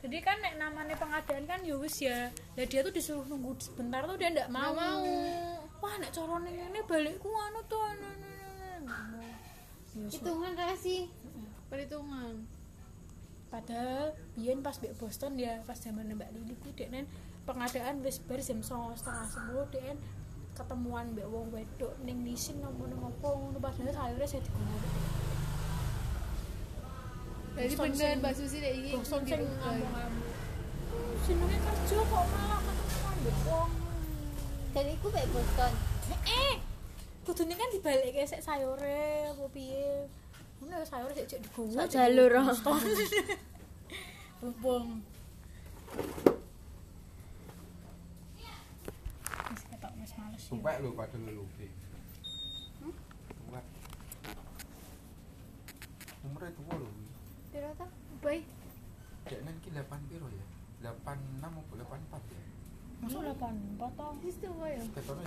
jadi kan nek namanya pengadaan kan ya wis ya lah dia tuh disuruh nunggu sebentar tuh dia ndak mau, mau. wah nek corone ngene balikku anu tuh anu anu, anu, anu. Ya, wis. hitungan kasih perhitungan padahal biyen pas mbek Boston ya pas zaman Mbak Lili ku deknen pengadaan wis bar jam 09.30 setengah 10 deknen ketemuan mbek wong wedok ning lisin nopo nopo ngono padahal sayurnya saya digoreng jadi Boston bener sing- mbak Susi deh ini Boston di sing Dubai. ngamuk-ngamuk jenenge kerja kok malah ketemuan mbek wong Dan iku baik Boston. eh kudune kan dibalik kayak sek sayure apa piye ngono ya sayure sik jek digowo Sak jek jalur. oh. Boston. Bumbung. Wis ketok wis males ya. Sumpah lu pada ngelupi. Sumpah. Umurnya tua lu. Piro ta? Dubai. Cek nanti 8 piro ya? 86 apa 84 ya? Masuk 84 to. Wis tuwa ya. Ketornya